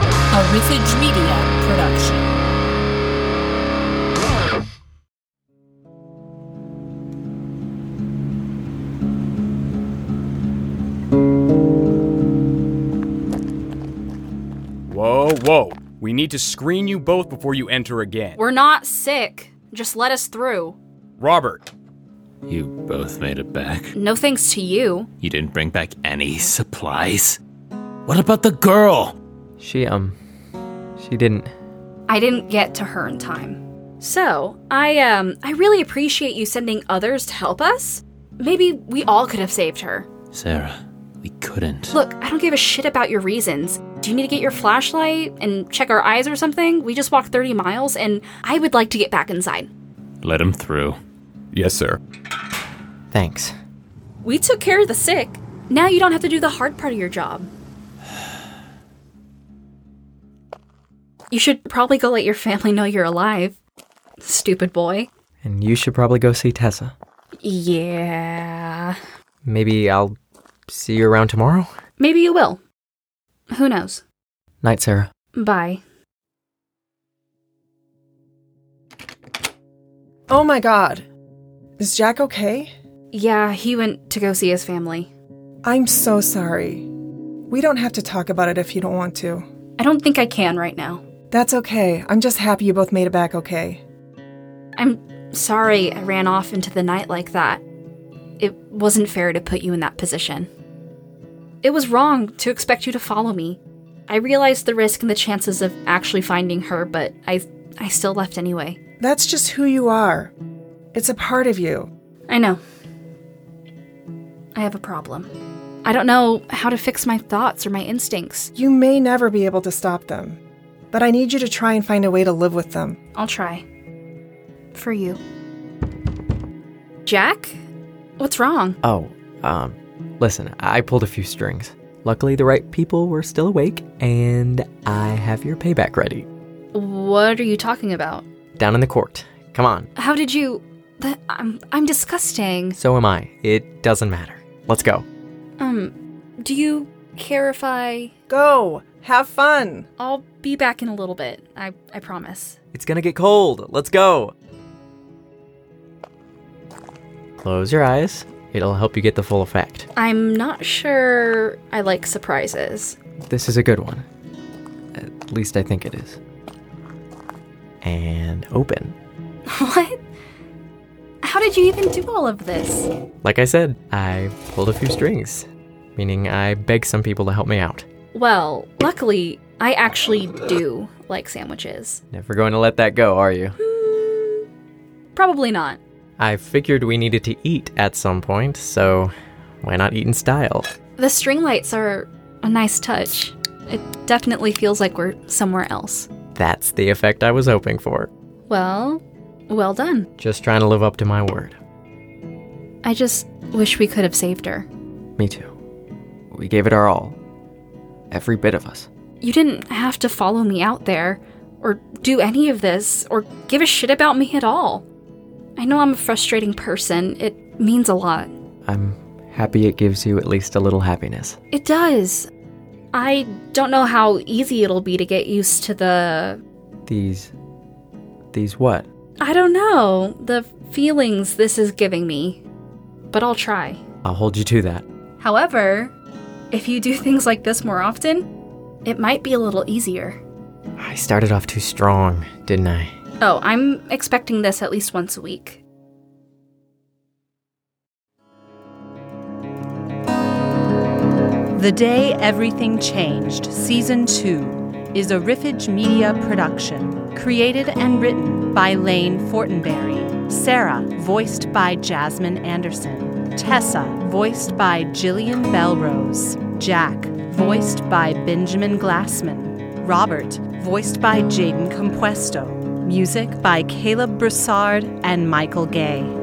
a Riffage Media production. Whoa, whoa. We need to screen you both before you enter again. We're not sick. Just let us through. Robert, You both made it back. No thanks to you. You didn't bring back any supplies. What about the girl? She, um, she didn't. I didn't get to her in time. So, I um I really appreciate you sending others to help us. Maybe we all could have saved her. Sarah, we couldn't. Look, I don't give a shit about your reasons. Do you need to get your flashlight and check our eyes or something? We just walked 30 miles and I would like to get back inside. Let him through. Yes, sir. Thanks. We took care of the sick. Now you don't have to do the hard part of your job. You should probably go let your family know you're alive. Stupid boy. And you should probably go see Tessa. Yeah. Maybe I'll see you around tomorrow? Maybe you will. Who knows? Night, Sarah. Bye. Oh my god. Is Jack okay? Yeah, he went to go see his family. I'm so sorry. We don't have to talk about it if you don't want to. I don't think I can right now. That's okay. I'm just happy you both made it back okay. I'm sorry I ran off into the night like that. It wasn't fair to put you in that position. It was wrong to expect you to follow me. I realized the risk and the chances of actually finding her, but I I still left anyway. That's just who you are. It's a part of you. I know. I have a problem. I don't know how to fix my thoughts or my instincts. You may never be able to stop them, but I need you to try and find a way to live with them. I'll try. For you. Jack? What's wrong? Oh, um, listen, I pulled a few strings. Luckily, the right people were still awake, and I have your payback ready. What are you talking about? Down in the court. Come on. How did you. That, I'm, I'm disgusting. So am I. It doesn't matter. Let's go. Um, do you care if I. Go! Have fun! I'll be back in a little bit. I, I promise. It's gonna get cold. Let's go. Close your eyes. It'll help you get the full effect. I'm not sure I like surprises. This is a good one. At least I think it is. And open. what? How did you even do all of this? Like I said, I pulled a few strings, meaning I begged some people to help me out. Well, luckily, I actually do like sandwiches. Never going to let that go, are you? Probably not. I figured we needed to eat at some point, so why not eat in style? The string lights are a nice touch. It definitely feels like we're somewhere else. That's the effect I was hoping for. Well, well done. Just trying to live up to my word. I just wish we could have saved her. Me too. We gave it our all. Every bit of us. You didn't have to follow me out there, or do any of this, or give a shit about me at all. I know I'm a frustrating person. It means a lot. I'm happy it gives you at least a little happiness. It does. I don't know how easy it'll be to get used to the These. These what? I don't know. The feelings this is giving me. But I'll try. I'll hold you to that. However, if you do things like this more often, it might be a little easier. I started off too strong, didn't I? Oh, I'm expecting this at least once a week. The Day Everything Changed, Season 2, is a Riffage Media production, created and written by Lane Fortenberry, Sarah, voiced by Jasmine Anderson, Tessa, voiced by Jillian Belrose, Jack, voiced by Benjamin Glassman, Robert, voiced by Jaden Compuesto, music by Caleb Broussard and Michael Gay.